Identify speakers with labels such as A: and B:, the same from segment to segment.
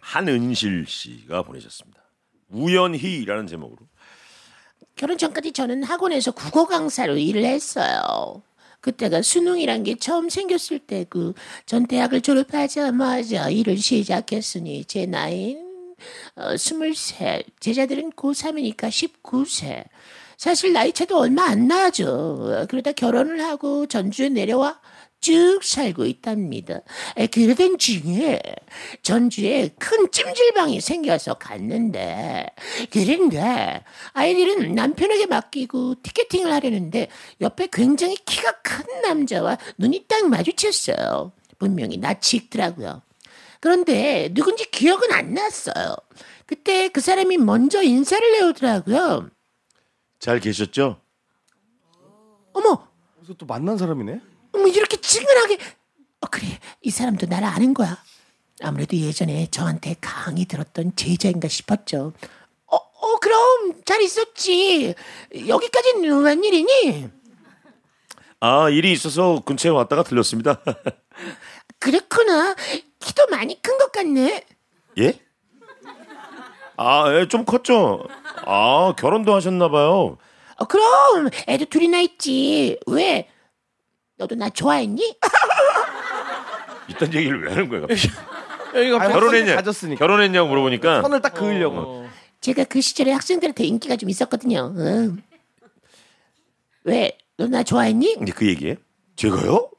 A: 한은실 씨가 보내셨습니다. 우연히라는 제목으로.
B: 결혼 전까지 저는 학원에서 국어 강사로 일을 했어요. 그때가 수능이란 게 처음 생겼을 때고 그 전 대학을 졸업하자마자 일을 시작했으니 제 나이는 어, 23, 제자들은 고3이니까 19세. 사실 나이 차도 얼마 안 나죠. 어, 그러다 결혼을 하고 전주에 내려와 쭉 살고 있답니다. 에, 그러던 중에 전주에 큰 찜질방이 생겨서 갔는데 그런데 아이들은 남편에게 맡기고 티켓팅을 하려는데 옆에 굉장히 키가 큰 남자와 눈이 딱 마주쳤어요. 분명히 낯이 익더라고요. 그런데 누군지 기억은 안 났어요. 그때 그 사람이 먼저 인사를 해오더라고요.
A: 잘 계셨죠?
B: 어머,
C: 그래서 또 만난 사람이네.
B: 어머 이렇게 친근하게 어 그래 이 사람도 나를 아는 거야 아무래도 예전에 저한테 강의 들었던 제자인가 싶었죠 어, 어 그럼 잘 있었지 여기까지는 웬일이니
A: 아 일이 있어서 근처에 왔다가 들렸습니다.
B: 그렇구나 키도 많이 큰 것 같네
A: 예? 아좀 컸죠. 아 결혼도 하셨나봐요.
B: 어, 그럼 애도 둘이나 있지 왜 너도 나 좋아했니
A: 이딴 얘기를 왜 하는 거야? 갑자기?
C: 여기가
A: 결혼했냐?
C: 가졌으니까
A: 결혼했냐고 물어보니까
C: 선을 딱 그으려고.
B: 제가 그 시절에 학생들한테 인기가 좀 있었거든요 응. 왜너 나 좋아했니
A: 근데 그 얘기에 제가요?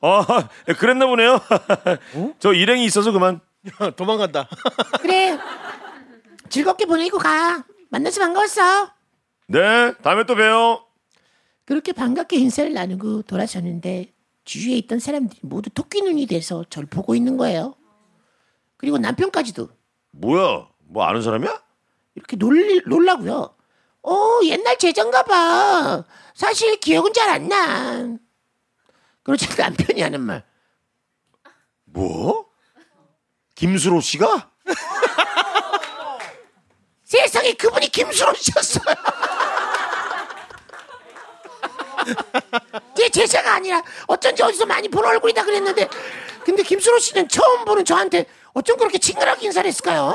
A: 아 그랬나 보네요. 저 일행이 있어서 그만.
C: 도망간다.
B: 그래. 즐겁게 보내고 가. 만나서 반가웠어.
A: 네 다음에 또 봬요.
B: 그렇게 반갑게 인사를 나누고 돌아서는데 주위에 있던 사람들이 모두 토끼 눈이 돼서 저를 보고 있는 거예요. 그리고 남편까지도
A: 뭐야? 뭐 아는 사람이야?
B: 이렇게 놀리, 놀라고요. 어, 옛날 제자인가 봐. 사실 기억은 잘 안 나. 그러자 남편이 하는 말.
A: 뭐? 김수로 씨가?
B: 세상에 그분이 김수로 씨였어요. 제 제자가 아니라 어쩐지 어디서 많이 본 얼굴이다 그랬는데 근데 김수로 씨는 처음 보는 저한테 어쩜 그렇게 친근하게 인사를 했을까요?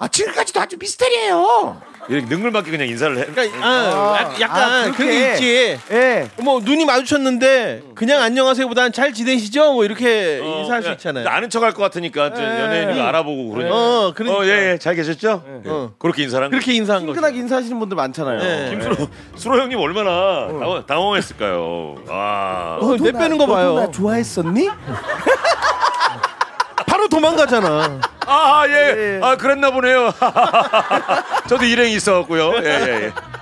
B: 아 지금까지도 아주 미스터리예요.
A: 이렇게 능글맞게 그냥 인사를 해.
D: 그러니까 아, 약- 약간
C: 아, 그렇게.
D: 그게 있지.
C: 예.
D: 뭐 눈이 마주쳤는데 그냥 안녕하세요보다는 잘 지내시죠? 뭐 이렇게
A: 어,
D: 인사할 수
A: 그냥
D: 있잖아요.
A: 아는 척할 것 같으니까 좀 연예인이가 알아보고 그러니까.
D: 어, 그러니까.
A: 예, 예, 잘 계셨죠?
D: 어.
A: 그렇게 인사한 거.
D: 그렇게 인사한 거죠.
C: 친근하게 인사하시는 분들 많잖아요.
D: 네.
A: 김수로 수로 형님 얼마나 당황, 당황했을까요? 아.
D: 어, 내 빼는 거 봐요.
C: 네. 나 좋아했었니?
D: 바로 도망가잖아.
A: 아, 아, 예. 아, 그랬나 보네요. 저도 일행이 있어 갖고요. 예, 예, 예.